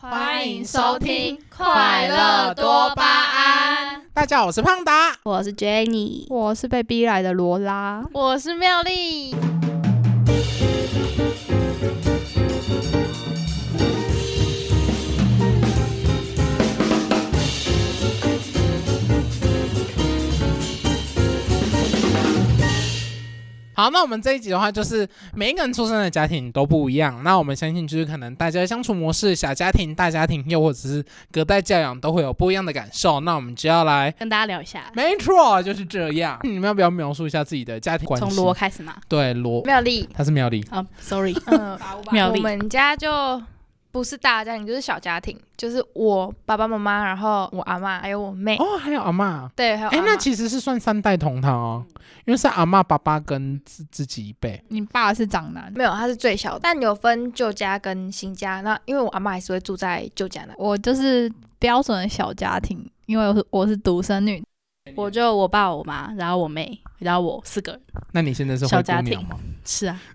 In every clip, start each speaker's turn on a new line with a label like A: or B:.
A: 欢迎收听《快乐多巴胺》。
B: 大家好，我是胖达。
C: 我是 Jenny，
A: 我是被逼来的罗拉，
C: 我是妙丽。
B: 好，那我们这一集的话，就是每一个人出生的家庭都不一样。那我们相信，就是可能大家的相处模式，小家庭、大家庭，又或者是隔代教养，都会有不一样的感受。那我们就要来，
C: 跟大家聊一下，
B: 没错，就是这样。你们要不要描述一下自己的家庭关系？
C: 从罗开始嘛。
B: 对罗，
D: 妙丽，
B: 他是妙丽，
C: 啊、s o r r y
D: 嗯，
C: 妙
D: 我
C: 丽，
D: 们家就不是大家庭，就是小家庭，就是我爸爸妈妈，然后我阿妈还有我妹，
B: 哦，还有阿妈。
D: 对，还有
B: 哎、
D: 阿妈
B: 那其实是算三代同堂哦，因为是阿妈、爸爸跟自自己一辈。
A: 你爸是长男。
D: 没有，她是最小的，但有分旧家跟新家。那因为我阿妈还是会住在旧家那，
A: 我就是标准的小家庭，因为我是我是独生女，
C: 我就我爸、我妈，然后我妹，然后我四个人。
B: 那你现在是
C: 小
B: 灰
C: 家
B: 姑娘
C: 庭
B: 吗？
C: 是啊。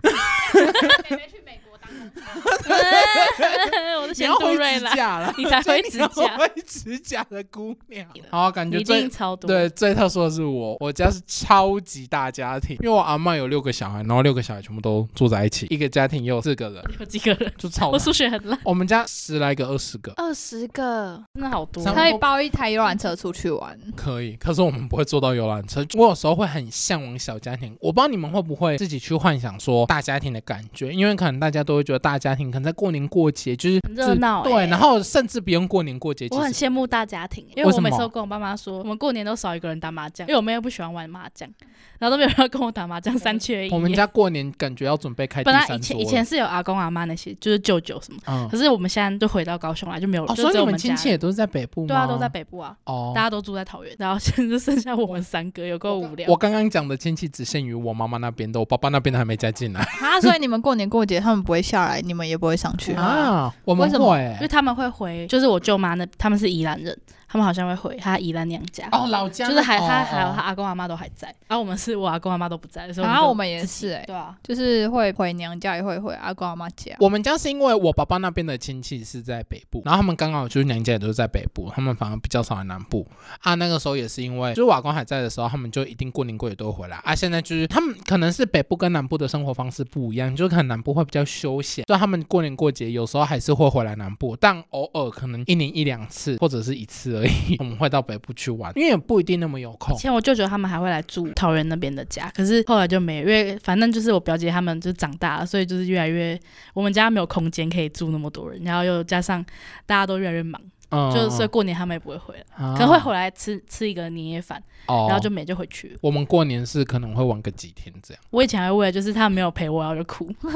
C: 我都
B: 你
C: 先
B: 要
C: 杜
B: 灰
C: 瑞
B: 指
C: 了，
B: 甲了，
C: 你才 灰
B: 你
C: 指
B: 要
C: 甲，
B: 灰指甲的姑娘。好，感
C: 你
B: 觉
C: 一
B: 最
C: 定超多。
B: 对，最特殊的是我，我家是超级大家庭，因为我阿嬷有六个小孩，然后六个小孩全部都住在一起，一个家庭也有四个人，
C: 有几个人？
B: 就超
C: 我
B: 大。
C: 数学很烂，
B: 我们家十来个、二十个
D: 二十个，
C: 真的好多。
B: 三
A: 可以包一台游览车出去 玩。
B: 可以，可是我们不会坐到游览车。我有时候会很向往小家庭，我不知道你们会不会自己去幻想说大家庭的感觉，因为可能大家都会觉得大家庭可能在过年过节就是
C: 很热闹欸
B: 对，然后甚至不用过年过节，
C: 我很
B: 其实
C: 羡慕大家庭，因
B: 为
C: 为
B: 什
C: 我
B: 么
C: 每次都跟我爸妈说，我们过年都少一个人打麻将，因为我妹又不喜欢玩麻将，然后都没有人要跟我打麻将，三缺一。
B: 我们家过年感觉要准备开第
C: 本来以
B: 三桌
C: 前
B: 了。
C: 以前是有阿公阿妈那些，就是舅舅什么，
B: 嗯
C: 可，是我们现在就回到高雄来，就没有，
B: 哦，
C: 就
B: 所以
C: 只有我
B: 你们
C: 家
B: 亲戚
C: 人
B: 也都是在北部吗？
C: 对啊，都在北部啊，
B: 哦
C: 大。家都住在桃园，然后现在就剩下我们三个，有够无聊。
B: 我刚刚讲的亲戚只限于我妈妈那边的，我爸爸那边的还没加进来
A: 啊，所以你们过年过节他们不会下来，你们也不会上去。
B: 啊。 我们
A: 为什么
B: 会
C: 因
B: 欸
C: 为他们会回，就是我舅妈那，他们是宜兰人，他们好像会回他宜兰娘家，
B: 哦，老家
C: 就是还
B: 哦
C: 他
B: 哦啊
C: 还有他阿公阿妈都还在，然后我们是我阿公阿妈都不在，所以
A: 然后
C: 就
A: 我们也是、
B: 欸
A: 哎，
C: 对啊，
A: 就是会回娘家，也会回阿公阿妈家。
B: 我们家是因为我爸爸那边的亲戚是在北部，然后他们刚好就是娘家也都是在北部，他们反而比较少来南部啊。那个时候也是因为就是瓦工还在的时候，他们就一定过年过节都会回来啊。现在就是他们可能是北部跟南部的生活方式不一样，就是可能南部会比较休闲，所以他们过年过节有时候还是会回来南部，但偶尔可能一年一两次或者是一次而已， 我们会到北部去玩，因为也不一定那么有空
C: 以。前我舅舅他们还会来住桃园那边的家，可是后来就没有，因为反正就是我表姐他们就长大了，所以就是越来越我们家没有空间可以住那么多人，然后又加上大家都越来越忙，
B: 嗯
C: 就所以过年他们也不会回来，
B: 啊
C: 可能会回来吃吃一个年夜饭，
B: 哦，
C: 然后就没就回去了。
B: 我们过年是可能会玩个几天这样。
C: 我以前还为了就是他们没有陪我，然后就哭，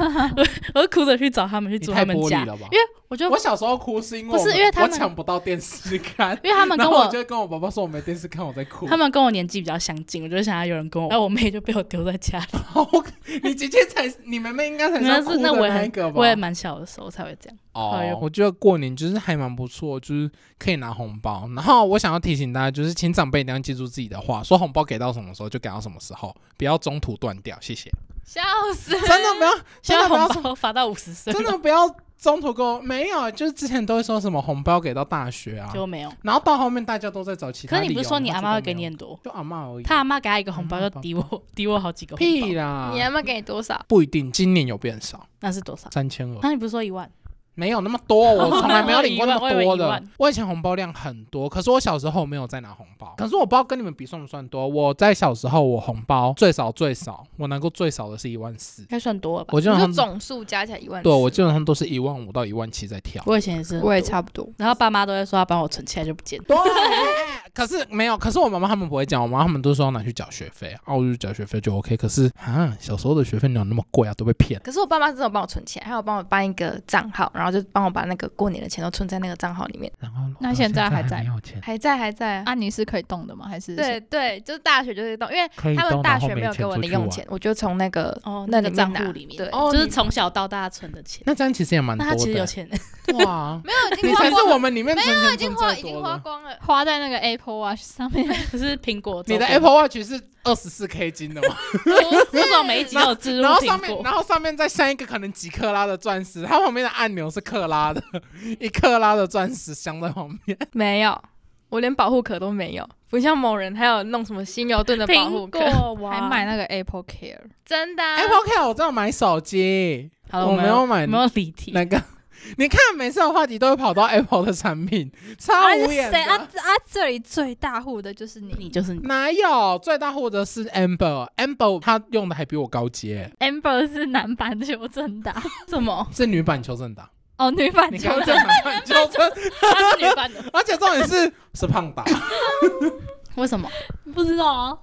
C: 我就哭着去找他们去
B: 你
C: 住
B: 太
C: 他们
B: 玻璃
C: 家，
B: 了吧
C: 因？为我就
B: 我小时候哭是因为
C: 不是
B: 我们
C: 因为他
B: 我
C: 们
B: 抢不到电视看，
C: 因为他们
B: 然
C: 跟
B: 后
C: 我
B: 就跟我爸爸说我没电视看，我在哭。
C: 他们跟我年纪比较相近，我就想要有人跟我，然后我妹就被我丢在家里，
B: 你姐姐才，你妹妹应该才
C: 那
B: 哭的
C: 是那我也
B: 那一
C: 很
B: 个吧？
C: 我也蛮小的时候才会这样。哎
B: 哦
C: 呦，
B: 我觉得过年就是还蛮不错，就是可以拿红包。然后我想要提醒大家，就是请长辈一定要记住自己的话，说红包给到什么时候就给到什么时候，不要中途断掉。谢谢，
D: 笑死！
B: 真的不要，
C: 现
B: 真的
C: 在
B: 不要
C: 红包发到五十岁，
B: 真的不要中途给我没有，就是之前都会说什么红包给到大学啊，
C: 就没有。
B: 然后到后面大家都在找其他
C: 可
B: 理由。
C: 是你不是说你
B: 然
C: 阿
B: 后
C: 妈会
B: 就都
C: 给
B: 没
C: 你
B: 有
C: 很多？
B: 就阿妈而已。
C: 他阿妈给他一个红包，
B: 阿
C: 就
B: 嬷包
C: 抵我抵我好几个红
B: 屁
C: 包，
B: 啦！
D: 你阿妈给你多少？
B: 不一定，今年有变少，
C: 那是多 少？
B: 三千二，
C: 那你不是说一万？
B: 没有那么多，我 从来没有
C: 我以为
B: 领过那么
C: 一万我以
B: 多
C: 为一
B: 的
C: 万。
B: 我以前红包量很多，可是我小时候没有再拿红包，
C: 嗯
B: 可是我不知道跟你们比算不算多。我在小时候，我红包最少最少，我拿过最少的是一万四
C: 应，该算多了吧？
B: 我基本
D: 你说
B: 上
D: 总数加起来一万四，
B: 对我基本上都是一万五到一万七在跳。
C: 我以前也
D: 嗯
C: 是，
A: 我也。差不多。
C: 然后爸妈都会说要帮我存起来就不见了，
B: 对， 可是没有，可是我妈妈他们不会讲，我妈妈他们都说要拿去缴学费，啊，我就缴学费就 OK。可是啊，小时候的学费哪有那么贵啊，都被骗。
D: 可是我爸妈真的帮我存钱，还有帮我办一个账号，然后就帮我把那个过年的钱都存在那个账号里面，
B: 然后
A: 那
B: 到
A: 现在还
B: 还
A: 在
B: 没有钱，
D: 嗯还在还在。
A: 啊，你是可以动的吗？还是
D: 对对，就是大学就是动，因为
B: 可以
D: 他
B: 到
D: 们大
B: 然后
D: 学没
B: 没
D: 有给
B: 出
D: 我
B: 去
D: 零用
B: 玩
D: 钱，我就从那个
C: 哦，
D: 那
C: 个
D: 里面
C: 账
D: 拿
C: 户里面，
D: 对
B: 哦
C: 就是
B: 你
C: 从小到大存的钱。
B: 那这样其实也蛮
C: 那
B: 多
C: 他
B: 的。
C: 其实有钱，
B: 哇，
D: 没有已
B: 你
D: 经
B: 才
D: 花
B: 是
D: 光
B: 我
D: 了，
B: 们里面存钱
D: 已经
B: 存
D: 花
B: 最
D: 已经
B: 多
D: 花
B: 的。
D: 光了。
A: 花在那个 Apple Watch 上面？
C: 可是苹果周边。
B: 你的 Apple Watch 是二十四 K 金的嘛，
C: 为什么每一集都有植入
B: 然后
C: 苹
B: 上面，
C: 果？
B: 然后上面再镶一个可能几克拉的钻石，它旁边的按钮是克拉的， 一克拉的钻石镶在旁边。
D: 没有，我连保护壳都没有，不像某人还有弄什么犀牛盾的保护
C: 苹
D: 壳，
C: 果哇
A: 还买那个 Apple Care，
D: 真的、啊。
B: Apple Care 我知道买手机，
C: 好了，
B: 我
C: 啊我
B: 没有买
C: 没有离题。
B: 那个。 你看，每次的话题都会跑到 Apple 的产品，超
C: 哎
B: 无
A: 谁
B: 眼
A: 啊
B: 的。
A: 啊！这里最大户的就是
C: 你
A: 你
C: 就是 你
B: 哪有最大或者是 Amber，Amber 他用的还比我高阶，
A: ，Amber 是男版求正达，
C: 什么？
B: 是女版求正 党。
A: 哦，女版
B: 你
A: 求
B: 刚
A: 正
B: 刚
A: 达，
B: 男版求正，
C: 他是女版 的，
B: 而且重点是是胖达。
C: 为什么？
A: 不知道啊。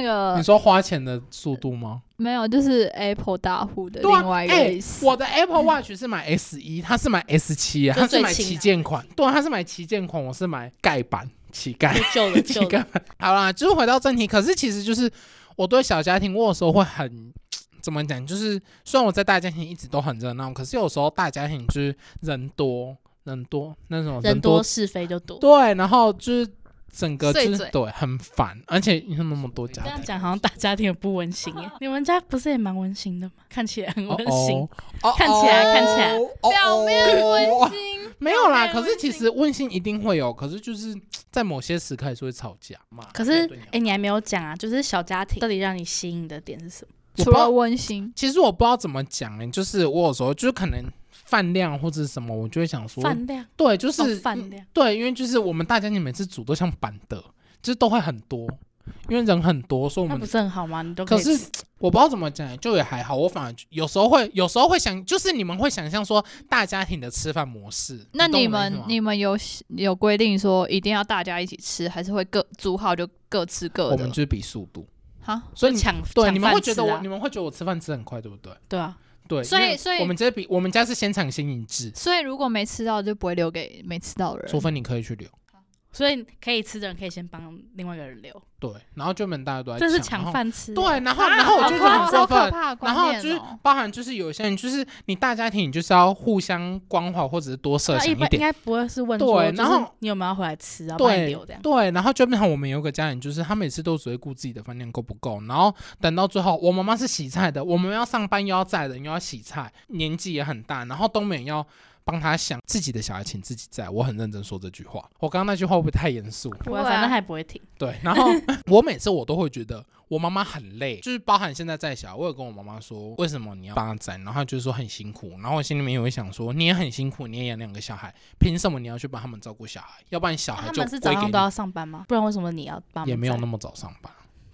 B: 你
A: 个
B: 说花钱的速度吗？
A: 没有，就是 Apple 大户的
B: 对啊
A: 另外一
B: 哎
A: 个意思。
B: 我的 Apple Watch 是买 S 一，他是买 S 七啊，
C: 就
B: 他是
C: 最
B: 买
C: 轻的
B: 旗舰款，对啊，他是买旗舰款，我是买盖板乞丐。
C: 旧 的
B: 乞
C: 旧的，
B: 丐版。好啦，就是回到正题，可是其实就是我对小家庭，我有时候会很怎么讲，就是虽然我在大家庭一直都很热闹，可是有时候大家庭就是人多人多那种
C: 人
B: 多
C: 多是非就多。
B: 对，然后就是整个就
D: 碎
B: 是
D: 嘴
B: 对很烦，而且你看那么多家
C: 这样
B: 庭。
C: 讲好像大家庭也不温馨 耶。你们家不是也蛮温馨的吗？看起来很
B: 哦
C: 温馨
B: 哦，，哦
C: 看起来看起来啊
B: 哦哦
D: 表面温馨，
B: 没有啦，
D: 表面
B: 可是
D: 温
B: 其
D: 馨
B: 实温馨一定会有，可是就是在某些时刻还是会吵架嘛。
C: 可是
B: 对啊
C: 哎，你还没有讲啊，就是小家庭到底让你吸引的点是什么？
B: 我
A: 除
B: 不知道
A: 了温馨，
B: 其实我不知道怎么讲呢、就是我有时候就是可能饭量或者是什么，我就会想说，
C: 饭量
B: 对，就
C: 哦
B: 是、
C: 饭量，
B: 对，因为就是我们大家你每次煮都像板的，就是都会很多，因为人很多，所以我
C: 那
B: 们
C: 不是很好吗？你都
B: 可
C: 以
B: 是
C: 吃
B: 我不知道怎么讲、欸就也还好。我反而有时候会，有时候会想，就是你们会想象说大家庭的吃饭模式。
A: 那
B: 你
A: 你
B: 懂我的意思
A: 们
B: 吗
A: 你们有有规定说一定要大家一起吃，还是会各煮好就各吃各
B: 我们
A: 的
B: 就？是比速度，
A: 哈，
B: 所以你
C: 抢
B: 对
C: 抢
B: 你们会
C: 饭
B: 觉
C: 吃
B: 得我、
C: 啊
B: 你们会觉得我吃饭吃很快，对不对？
C: 对啊，
B: 对，
A: 所以
B: 因为
A: 所以
B: 我们这比我们家是先抢先赢制，
A: 所以如果没吃到就不会留给没吃到的人
B: 除。非你可以去留。
C: 所以可以吃的人可以先帮另外一个人留，
B: 对，然后就们大家都在
C: 这是
B: 抢然
C: 抢
B: 后
C: 饭吃。啊
B: 对，，然后然后我就觉得很过
A: 好可
B: 分。
A: 怕的观
B: 然后
A: 念
B: 就是
A: 哦
B: 包含就是有些人就是你大家庭，你就是要互相关怀或者是多设
C: 那
B: 想
C: 啊一
B: 一
C: 般应
B: 点。
C: 该不会是问
B: 对
C: 说，
B: 然后
C: 你有没有要回来吃啊？帮你
B: 对
C: 留这样。
B: 对，然后就变成我们有一个家人，就是他每次都只会顾自己的饭量够不够，然后等到最后，我妈妈是洗菜的，我们要上班又要载人又要洗菜，年纪也很大，然后东美要帮他想自己的小孩请自己载，我很认真说这句话，我刚刚那句话会不会太严肃？
D: 不
C: 我
D: 会啊
C: 反正还不会停，
B: 对， 然后我每次我都会觉得我妈妈很累，就是包含现在在小，我有跟我妈妈说为什么你要帮她载，然后她就说很辛苦，然后我心里面也会想说你也很辛苦，你也养两个小孩，凭什么你要去帮他们照顾小孩？要不然小孩
C: 他
B: 啊就
C: 们是
B: 归
C: 早
B: 给
C: 上
B: 你
C: 都要上班吗？不然为什么你要帮？
B: 也没有那
C: 么，
B: 么早上班。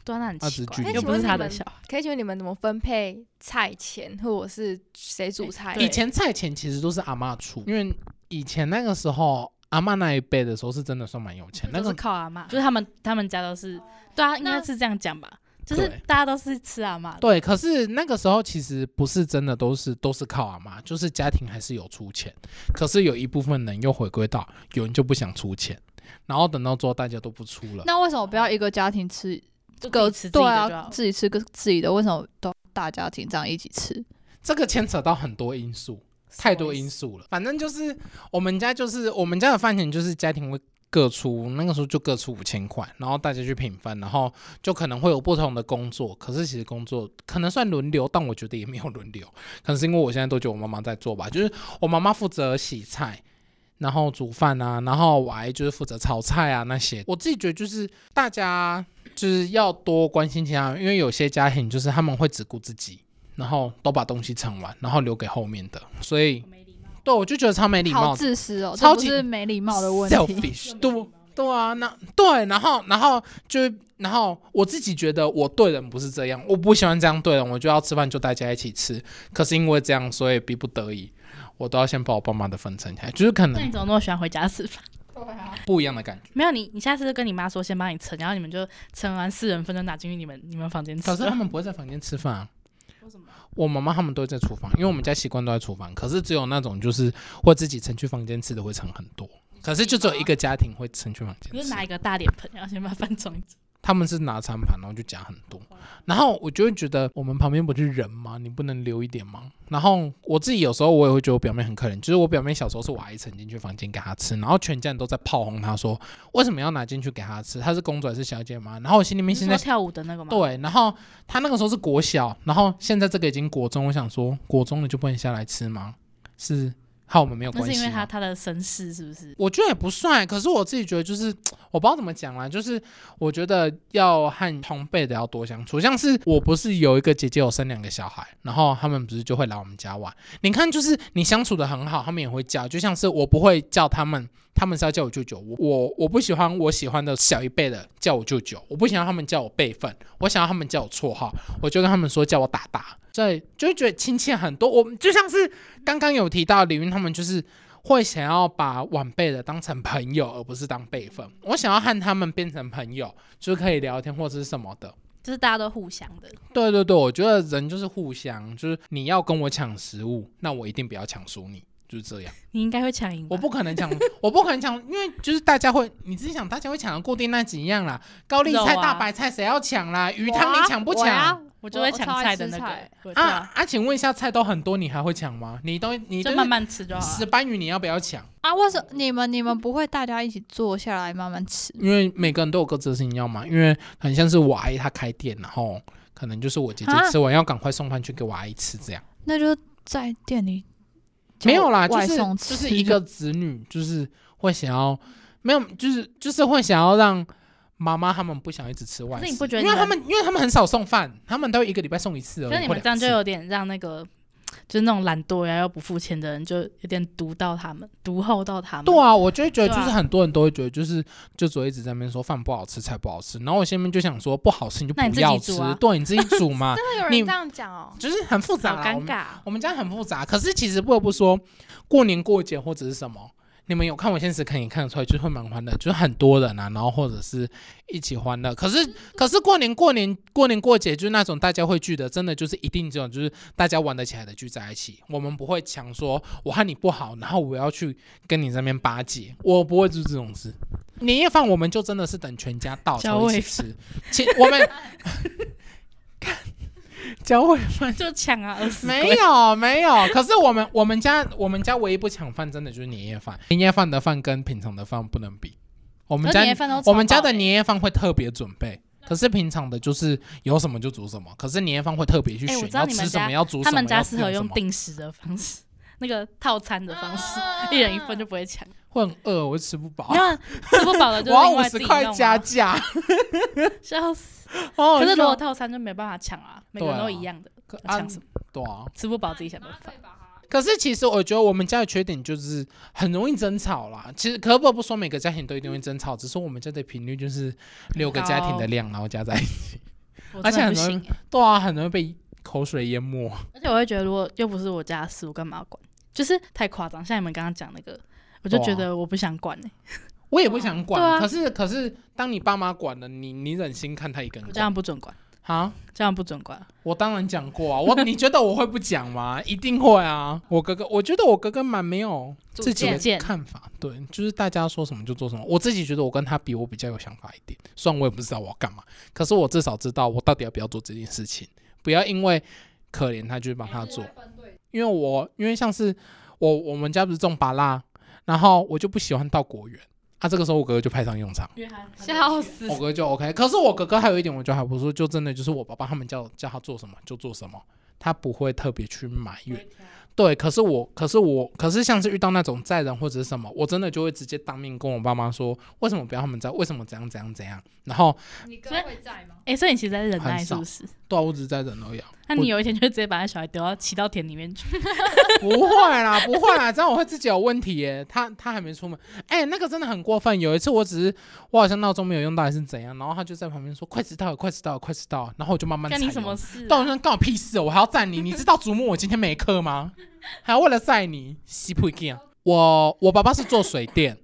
C: 对啊，那很
B: 他
C: 奇
B: 只是
C: 怪，
B: 聚
C: 又
B: 集
C: 不是他
D: 哎
C: 的
D: 请问你们
C: 小孩。
D: 可以请问你们怎么分配菜钱，或者是谁煮菜？
C: 哎对
B: 以前菜钱其实都是阿妈出，因为以前那个时候阿妈那一辈的时候是真的算蛮有哎钱，那
C: 嗯都是
B: 个
C: 靠阿妈，就是他们他们家都是，对啊，应该
A: 那
C: 是这样讲吧，就是
B: 对
C: 大家都是吃阿妈，
B: 对，可是那个时候其实不是真的都是都是靠阿妈，就是家庭还是有出钱，可是有一部分人又回归到有人就不想出钱，然后等到最后大家都不出了。
A: 那为什么不要一个家庭吃
C: 就各
A: 各
C: 吃自
A: 对
C: 己的就
A: 啊
C: 好，。
A: 自己吃个自己的，为什么都大家庭这样一起吃？
B: 这个牵扯到很多因素，太多因素了。反正就是我们家就是我们家的饭钱就是家庭会。各出那个时候就各出五千块，然后大家去平分，然后就可能会有不同的工作，可是其实工作可能算轮流，但我觉得也没有轮流，可能是因为我现在都觉得我妈妈在做吧，就是我妈妈负责洗菜，然后煮饭啊，然后我还就是负责炒菜啊那些。我自己觉得就是大家就是要多关心其他人，因为有些家庭就是他们会只顾自己，然后都把东西抢完，然后留给后面的，所以对我就觉得超没礼
A: 好
B: 貌的
A: 自私哦，
B: 超
A: 这不
B: 级
A: 是没礼貌的问题。
B: ，selfish，对对啊，那对，然后然后就然后我自己觉得我对人不是这样，我不喜欢这样对人，我就要吃饭就大家一起吃，可是因为这样，所以逼不得已。我都要先把我爸妈的分撑起来，就是可
C: 那
B: 能
C: 你怎么那么喜欢回家吃饭？
B: 不一样的感觉。
C: 没有你，你下次就跟你妈说先帮你盛，然后你们就盛完四人份就拿进去你们你们房间吃
B: 可。是他啊们不会在房间吃饭啊。
C: 为什么
B: 我妈妈他们都会在厨房，因为我们家习惯都在厨房。可是只有那种就是会自己盛去房间吃的会嗯盛很多，可是就只有一个家庭会盛去房
C: 你
B: 间
C: 就
B: 吃。
C: 拿一个大脸盆，然后先把饭装一装。
B: 他们是拿餐盘，然后就夹很多，然后我就会觉得我们旁边不是人吗？你不能留一点吗？然后我自己有时候我也会觉得我表妹很可怜，就是我表妹小时候是我阿姨曾经去房间给她吃，然后全家人都在炮轰她说为什么要拿进去给她吃？她是公主还是小姐吗？然后我心里面
C: 你是
B: 现
C: 说
B: 在
C: 跳舞的那个吗？
B: 对，然后他那个时候是国小，然后现在这个已经国中，我想说国中的就不能下来吃吗？是和我们没有
C: 那
B: 关
C: 是因
B: 系啊
C: 为他
B: 吗。
C: 他的身世是不是？
B: 我觉得也不算，可是我自己觉得就是我不知道怎么讲啦，就是我觉得要和同辈的要多相处。像是我不是有一个姐姐有生两个小孩，然后他们不是就会来我们家玩。你看，就是你相处的很好，他们也会叫。就像是我不会叫他们，他们是要叫我舅舅。我我我不喜欢我喜欢的小一辈的叫我舅舅，我不想要他们叫我辈分，我想要他们叫我绰号。我就跟他们说叫我打打，所以就会觉得亲切很多。我们就像是刚刚有提到李云他们就是。会想要把晚辈的当成朋友，而不是当辈分。我想要和他们变成朋友，就是可以聊天或者是什么的。
C: 就是大家都互相的，
B: 对对对，我觉得人就是互相，就是你要跟我抢食物，那我一定不要抢输你，就是这样。
C: 你应该会抢赢吧。
B: 我不可能抢，我不可能抢，因为就是大家会，你自己想，大家会抢的固定那几样啦，高丽菜、
C: 肉啊
B: 大白菜谁要抢啦？鱼汤你抢不
D: 我啊
B: 抢？？
C: 我就会抢菜的那
D: 我超爱
C: 个，我知道
B: 啊啊！请问一下，菜都很多，你还会抢吗？你都你都
C: 就是慢慢吃就好
B: 石
C: 了。
B: 斑鱼你要不要抢？
A: 啊，为什么你们你们不会大家一起坐下来慢慢吃？
B: 因为每个人都有各自的事情要忙，因为很像是我阿姨她开店，然后可能就是我姐姐
A: 啊
B: 吃完要赶快送饭去给我阿姨吃，这样
A: 那就在店里叫
B: 没有啦，就
A: 外
B: 是
A: 送
B: 就
A: 吃
B: 是一个子女，就是会想要没有，就是就是会想要让妈妈他们不想一直吃外
C: 可
B: 食，
C: 是你不觉得
B: 因为
C: 你
B: 他
C: 们
B: 们因为他们很少送饭，他们都一个礼拜送一次而已，
C: 可是你
B: 或
C: 们
B: 两
C: 这样就
B: 次
C: 有点让那个，就是那种懒惰呀又不付钱的人，就有点毒到他们，毒后到他们。
B: 对啊，我就会觉得，就
C: 对啊
B: 是很多人都会觉得，就是就只会一直在那边说饭不好吃，菜不好吃。然后我心里面就想说，不好吃你就
C: 那你
B: 不
C: 自己
B: 要吃，
C: 煮啊
B: 对，你自己煮 嘛，
D: 真的有
B: 你
D: 人这样讲哦，
B: 就是很复杂
C: 好
B: 啦。我
C: 尴
B: 们
C: 尬哦。
B: 我们家很复杂，可是其实不得不说，过年过节或者是什么，你们有看我现实，可以看得出来，就是会蛮欢乐，就是很多人啊，然后或者是一起欢乐。可是可是过年过年过年过节，就是那种大家会聚的，真的就是一定这种，就是大家玩得起来的聚在一起。我们不会强说我和你不好，然后我要去跟你这边巴结，我不会做这种事。年夜饭我们就真的是等全家到 才
C: 交
B: 会一
C: 尾
B: 起吃，请我 们交尾
C: 就抢啊，饿死鬼
B: 没有没有，可是我们 我们家我们家唯一不抢饭，真的就是年夜饭。年夜饭的饭跟平常的饭不能比。我们
C: 可是
B: 家
C: 年夜饭都
B: 我们
C: 超
B: 家
C: 饱
B: 的
C: 欸
B: 年夜饭会特别准备，可是平常的就是有什么就煮什么。可是年夜饭会特别去
C: 欸我
B: 选
C: 知道
B: 要
C: 你
B: 吃
C: 们
B: 什么，
C: 家
B: 要煮什么。
C: 他们家
B: 要
C: 适合
B: 什
C: 用
B: 么，
C: 定时的方式， 那个套餐的方式，
B: 啊
C: 一人一份就不会抢。
B: 会很饿，我会吃不饱。
C: 那吃不饱的
B: 啊我
C: 就
B: 要
C: 另
B: 五
C: 外自
B: 十
C: 己
B: 块
C: 弄
B: 加
C: 啊，
B: 价。
C: 笑死。
B: 哦，
C: 可是如果套餐就没办法抢啊，每个人
B: 对啊
C: 都一样的，
B: 可
C: 要
B: 啊
C: 抢什么？
B: 对啊，
C: 吃不饱自己想办法。
B: 可是其实我觉得我们家的缺点就是很容易争吵啦。其实可不得不说每个家庭都一定会争吵，只是我们家的频率就是六个家庭的量，然后加在一起。
C: 我真
B: 而且
C: 的
B: 很
C: 不
B: 容
C: 行
B: 易
C: 欸，，
B: 对啊，很容易被口水淹没。
C: 而且我会觉得，如果又不是我家的事，我干嘛要管？就是太夸张。像你们刚刚讲那个，我就觉得我不想管欸
B: 我也不想管，
C: 对啊
B: 可是可是当你爸妈管了你，你忍心看他一个人
C: 我这
B: 管？
C: 样不准管，
B: 啊，
C: 这样不准管。
B: 我当然讲过啊，我 你觉得我会不讲吗？一定会啊！我哥哥，我觉得我哥哥蛮没有自己
C: 主
B: 的
C: 见
B: 看法，对，就是大家说什么就做什么。我自己觉得我跟他比，我比较有想法一点，虽然我也不知道我要干嘛，可是我至少知道我到底要不要做这件事情，不要因为可怜他就帮他做，因为我因为像是我我们家不是种芭拉，然后我就不喜欢到果园，啊，这个时候我哥哥就派上用场。
D: 笑死
B: 我！哥就 OK。可是我哥哥还有一点，我觉得还不错，就真的就是我爸爸他们叫叫他做什么就做什么，他不会特别去埋怨。对，可是我，可是我，可是像是遇到那种载人或者是什么，我真的就会直接当面跟我爸妈说，为什么不要他们载，为什么怎样怎样怎样。然后，
D: 你哥在吗？
C: 哎、所以你其实在忍耐
B: 很
C: 是
B: 少
C: 不是？
B: 对啊，我只是载人而已啊、
C: 那你有一天就会直接把那小孩丢到骑到田里面去，
B: 不会啦，不会啦，这样我会自己有问题耶。他他还没出门，哎、那个真的很过分。有一次我只是我好像闹钟没有用到还是怎样，然后他就在旁边说快迟到了，快迟到了，快迟到了，然后我就慢慢
C: 干
B: 踩
C: 你
B: 油
C: 什么事、
B: 到
C: 啊？
B: 那干我屁事哦！我还要载你，你知道祖母我今天没课吗？还要为了载你，西普干。我我爸爸是做水电，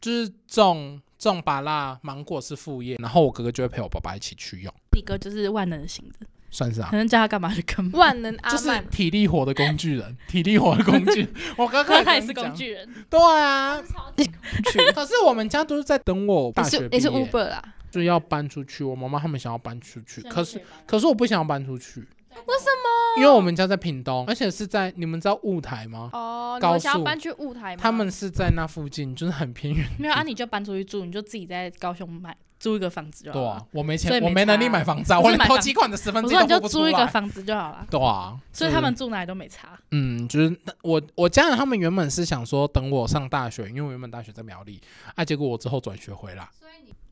B: 就是种种芭拉、芒果是副业，然后我哥哥就会陪我爸爸一起去用，
C: 你哥就是万能型的，
B: 算是啊
C: 可，能叫他干嘛就干 嘛。
D: 万能
B: 就
D: 阿
B: 是
D: 曼，
B: 体力活的工具人，体力活的工具。我哥哥
C: 他也是
B: 跟我
C: 工
B: 讲，
C: 具人，
B: 对啊。
A: 去？
B: 可是我们家都是在等我大
D: 你
B: 学
D: 是
B: 毕
D: 你是
B: 业，
D: Uber 啦，
B: 就要搬出去。我妈妈他们想要搬出去，可是可是我不想要搬出去，
D: 为什么？
B: 因为我们家在屏东，而且是在你们知道雾台吗？
D: 哦，你
B: 高
D: 们想
B: 速
D: 要搬去雾台吗？
B: 他们是在那附近，就是很偏远。
C: 没有啊，你就搬出去住，你就自己在高雄买租一个房子就好
B: 对
C: 了。
B: 啊，我没钱，
C: 所以没
B: 我没能力
C: 差
B: 买房子啊，
C: 不
B: 我
C: 是
B: 连
C: 买
B: 投
C: 房
B: 机款的十分
C: 我
B: 之一
C: 说
B: 都
C: 你就
B: 付不出
C: 租一个
B: 来。
C: 房子就好了。
B: 对啊，
C: 所以他们住哪里都没差。
B: 嗯，就是那我我家人他们原本是想说等我上大学，因为我原本大学在苗栗啊，结果我之后转学回来，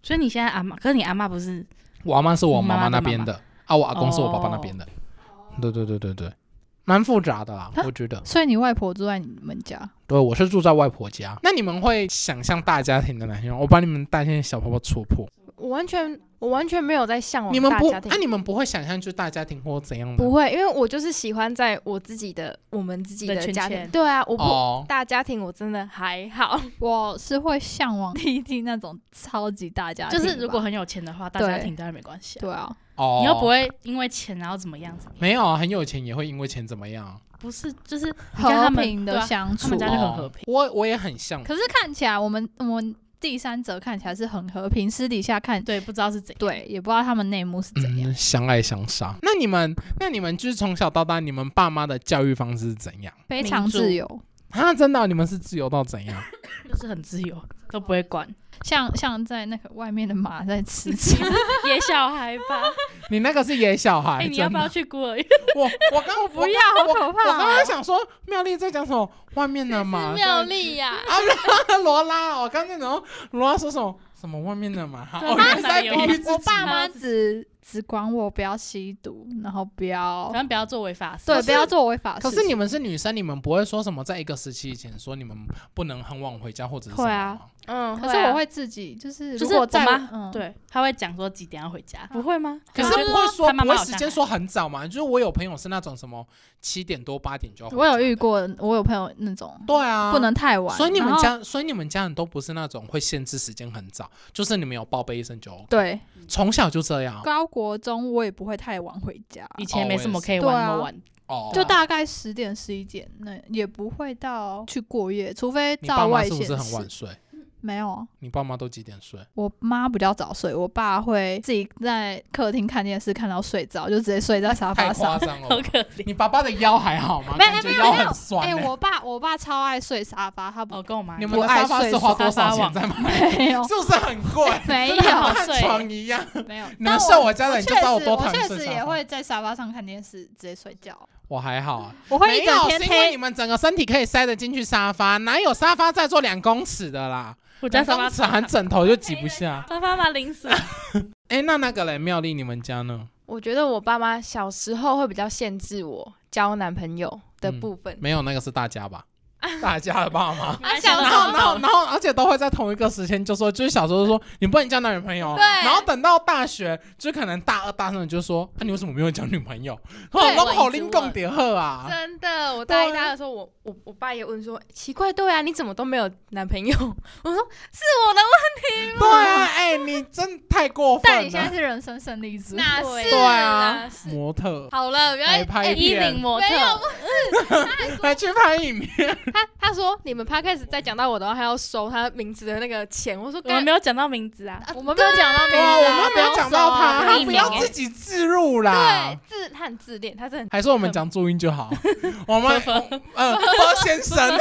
C: 所以你现在阿妈，可是你阿妈不是
B: 我阿妈是我妈
C: 妈妈
B: 那
C: 的
B: 边
C: 妈妈
B: 的啊，我阿公是我爸爸那边的，
C: 哦
B: 对对对对对，蛮复杂的啦，
A: 啊
B: 我觉得。
A: 所以你外婆住在你们家，
B: 对，我是住在外婆家。那你们会想象大家庭的哪些人？我把你们大家庭小泡泡戳破。
D: 我完全我完全没有在向往
B: 你们
D: 大
B: 不，
D: 家
B: 哎、
D: 庭，
B: 你们不会想象就是大家庭或怎样的？
D: 不会，因为我就是喜欢在我自己的我们自己的
C: 的圈
D: 家庭。
C: 圈
D: 对啊，我不、
B: 哦，
D: 大家庭我真的还好，
A: 我是会向往 弟弟那种超级大家庭
C: 就
A: 吧，
C: 是如果很有钱的话，大家
A: 对
C: 庭当然没关系啊。
A: 对啊，
B: 哦，
C: 你又不会因为钱然后怎么样怎么样？
B: 没有啊，很有钱也会因为钱怎么样？
C: 不是，就是你看
A: 和
C: 他们
A: 平
C: 对
A: 的
C: 啊
A: 相
C: 他
A: 处
C: 们。家就很和平
B: 哦我我也很向往。
A: 可是看起来我们我们第三者看起来是很和平，私底下看
C: 对，不知道是怎样。
A: 对也不知道他们内幕是怎样。
B: 嗯，相爱相杀。那你们，那你们就是从小到大，你们爸妈的教育方式是怎样？
A: 非常
C: 民主
A: 自由。
B: 啊，真的哦、你们是自由到怎 样？
C: 就是很自由，都不会管，
A: 像像在那个外面的马在吃草，
C: 野小孩吧。
B: 你那个是野小孩，
C: 哎、你要
B: 真
C: 不
B: 的
C: 要去孤儿院？
B: 我我刚我
D: 不要，
B: 我
D: 好可
B: 我刚
D: 怕、
B: 刚想说，妙丽在讲什么？外面的马，
D: 妙 丽呀、
B: 在罗拉，我刚才然后罗拉说什么？什么外面的马？
C: 对
B: 我
C: 他
B: 刚才在比
C: 奶油
B: 喻自
A: 我
B: 己。
A: 爸妈只只管我不要吸毒，然后不要
B: 哦
C: 反正不要做违法的事。
A: 对
B: 是
A: 不要做违法的
B: 可
A: 事
B: 是
A: 情。
B: 你们是女生，你们不会说什么，在一个时期以前说你们不能很晚回家或者是什么
A: 会啊
B: 吗
D: 嗯，
A: 可是我
D: 会
A: 会自己就是
C: 就
A: 如
C: 是
A: 果
C: 我
A: 在
C: 妈，
A: 嗯
C: 对，他会讲说几点要回家。
D: 不会吗？
B: 可
C: 对啊
B: 是不会说
C: 他妈
B: 不
C: 妈
B: 会
C: 好
B: 时
C: 像
B: 间
C: 还
B: 说很早嘛？就是我有朋友是那种什么七点多八点就要回家
A: 嗯我
B: 的
A: 有遇。过，我有朋友那种
B: 对啊，
A: 不能太晚，
B: 所以你们
A: 然后
B: 家，所以你们家人都不是那种会限制时间很早，就是你们有报备一声就 OK，
A: 对
B: 从小就这样
A: 高国中我也不会太晚回家，
C: 以前
B: 哦
C: 没
B: 我
C: 什
B: 也
C: 么
B: 是
C: 可以
A: 对
C: 玩
A: 啊
C: 的玩，
B: 哦。
A: 就大概十点十一点那也不会到去过夜，除非
B: 你
A: 照
B: 爸妈
A: 外
B: 是
A: 线
B: 不是
A: 是
B: 很晚睡？
A: 没有啊，
B: 你爸妈都几点睡？
A: 我妈比较早睡，我爸会自己在客厅看电视看到睡着，就直接睡在沙
B: 太
A: 发
B: 夸
A: 上。
B: 张了
C: 好
B: 吧。
C: 可怜。
B: 你爸爸的腰还好吗？
A: 没
B: 感觉
A: 没有
B: 腰
A: 没有
B: 很酸
A: 哎、
B: 欸。
A: 我爸我爸超爱睡沙发，他不
C: 哦，跟我妈一样
B: 你们的沙发是花
C: 我
B: 多
C: 爱
B: 少
C: 睡
B: 钱在买？
A: 没有
B: 是不是很贵？
A: 哦 没
C: 真的
A: 有
C: 好
B: 和
C: 睡
B: 床一样。
A: 没有，
B: 你
A: 但
B: 们像我家的人就知
A: 确实
B: 道
A: 我
B: 多讨厌
A: 确
B: 睡
A: 实
B: 沙
A: 也
B: 发。
A: 会在沙发上看电视，直接睡觉。
B: 我还好啊，
A: 我 会
B: 没
A: 一整
B: 有，
A: 天
B: 是因为你
A: 黑。
B: 们整个身体可以塞得进去沙发，哪有沙发再做两公尺的啦？
C: 我家
B: 两
C: 沙
B: 公
C: 发
B: 尺含枕头就挤不下。
C: 沙发把零 食，。
B: 哎、那那个嘞，妙丽，你们家呢？
D: 我觉得我爸妈小时候会比较限制我交男朋友的部分。
B: 没有，那个是大家吧？ 大家的爸妈
C: 啊
D: 小
B: 然
D: 时
B: 后，
D: 候
B: 然后，然后，而且都会在同一个时间，就说，就是小时候就说你不能交男女朋友，
D: 对
B: 然后等到大学，就可能大二、大三，你就说，啊，你为什么没有交女朋友？哦
D: 对
B: 我
D: 我
B: 拢
D: 一
B: 好
D: 直
B: 拎
D: 问
B: 共点喝啊！
D: 真的，我大一、
B: 对啊
D: 大二的时候，我我我爸也问说，奇怪，对啊，你怎么都没有男朋友？我说是我的
B: 对啊，哎、你真太过
A: 但你
B: 分
A: 现在
B: 了，
A: 是人生胜利组，
D: 哪
C: 对
D: 是
B: 对啊
D: 哪是
B: 模特
D: 好了，不要
B: 还拍
D: 哎
C: 衣
B: 片
C: 领模
D: 没有
C: 特，
B: 来去拍影片，
D: 他他说你们 podcast 再讲到我的话，还要收他名字的那个钱。我说
C: 我们
D: 干
C: 没有讲到名字啊。
D: 啊我们没有讲到名字
B: 哇，
D: 啊，
B: 我们没有
D: 不用
B: 讲到
D: 收
B: 他，
D: 啊
B: 他
C: 艺
B: 不
C: 名
B: 要
C: 哎
B: 自己自入啦。
D: 对自他很自恋，他是很
B: 还是我们讲注音就 好。我们
C: 呵
B: 呃，佛先生，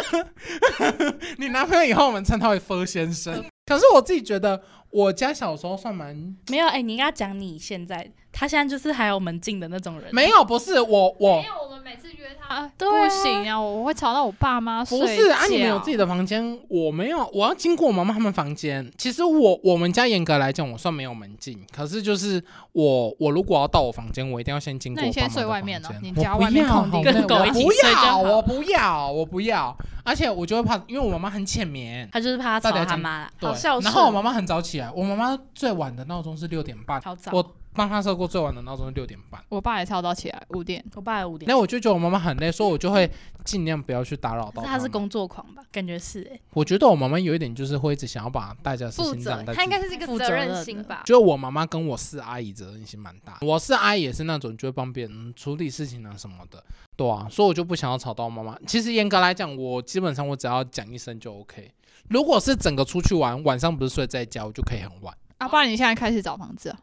B: 你男朋友以后我们称他为佛先生。可是我自己觉得，我家小时候算蛮
C: 没有，哎、你应该讲你现在，他现在就是还有门禁的那种人。
B: 没有，不是我我
A: 因为我们每次约他，
C: 对啊
A: 不行啊，我会吵到我爸妈睡
B: 不是啊，你们有
A: 觉
B: 自己的房间，我没有，我要经过我妈妈他们房间。其实我我们家严格来讲，我算没有门禁，可是就是我我如果要到我房间，我一定要先经过
A: 那
B: 我
A: 你
B: 爸妈
A: 现
B: 的
A: 在睡外面
B: 房
A: 哦
B: 间
A: 你
B: 我
A: 家
B: 不
A: 外面
B: 要
A: 空地
B: 好
C: 跟
B: 累
C: 狗
B: 我
C: 一起
B: 不
C: 睡就
B: 要，
C: 好
B: 我不要，我不要，而且我就会怕，因为我妈妈很浅眠。
C: 他就是怕他
B: 大
C: 吵
B: 家
C: 他
B: 讲
C: 妈啦，
B: 对
D: 好孝，
B: 然后我
D: 顺
B: 妈妈很早起来，我妈妈最晚的闹钟是六点半，
C: 好早。
B: 我帮她设过最晚的闹钟是六点半。
A: 我爸也超早起来五点，
C: 我爸也五点，
B: 那我就觉得我妈妈很累，所以我就会尽量不要去打扰
C: 可
B: 到
C: 是
B: 她
C: 他是
B: 们。
C: 工作狂吧？感觉是哎、
B: 我觉得我妈妈有一点就是会一直想要把大家的事
D: 负
B: 情
D: 责
B: 让，大家
D: 他应该是这个
C: 负
D: 责
C: 责
D: 任
C: 任
D: 心
C: 的
D: 吧？
B: 就我妈妈跟我四阿姨责任心蛮大，我四阿姨也是那种就会帮别人处理事情啊什么的，对啊，所以我就不想要吵到我妈妈。其实严格来讲，我基本上我只要讲一声就 OK。如果是整个出去玩，晚上不是睡在家，我就可以很晚。
A: 啊啊，不然你现在开始找房子啊？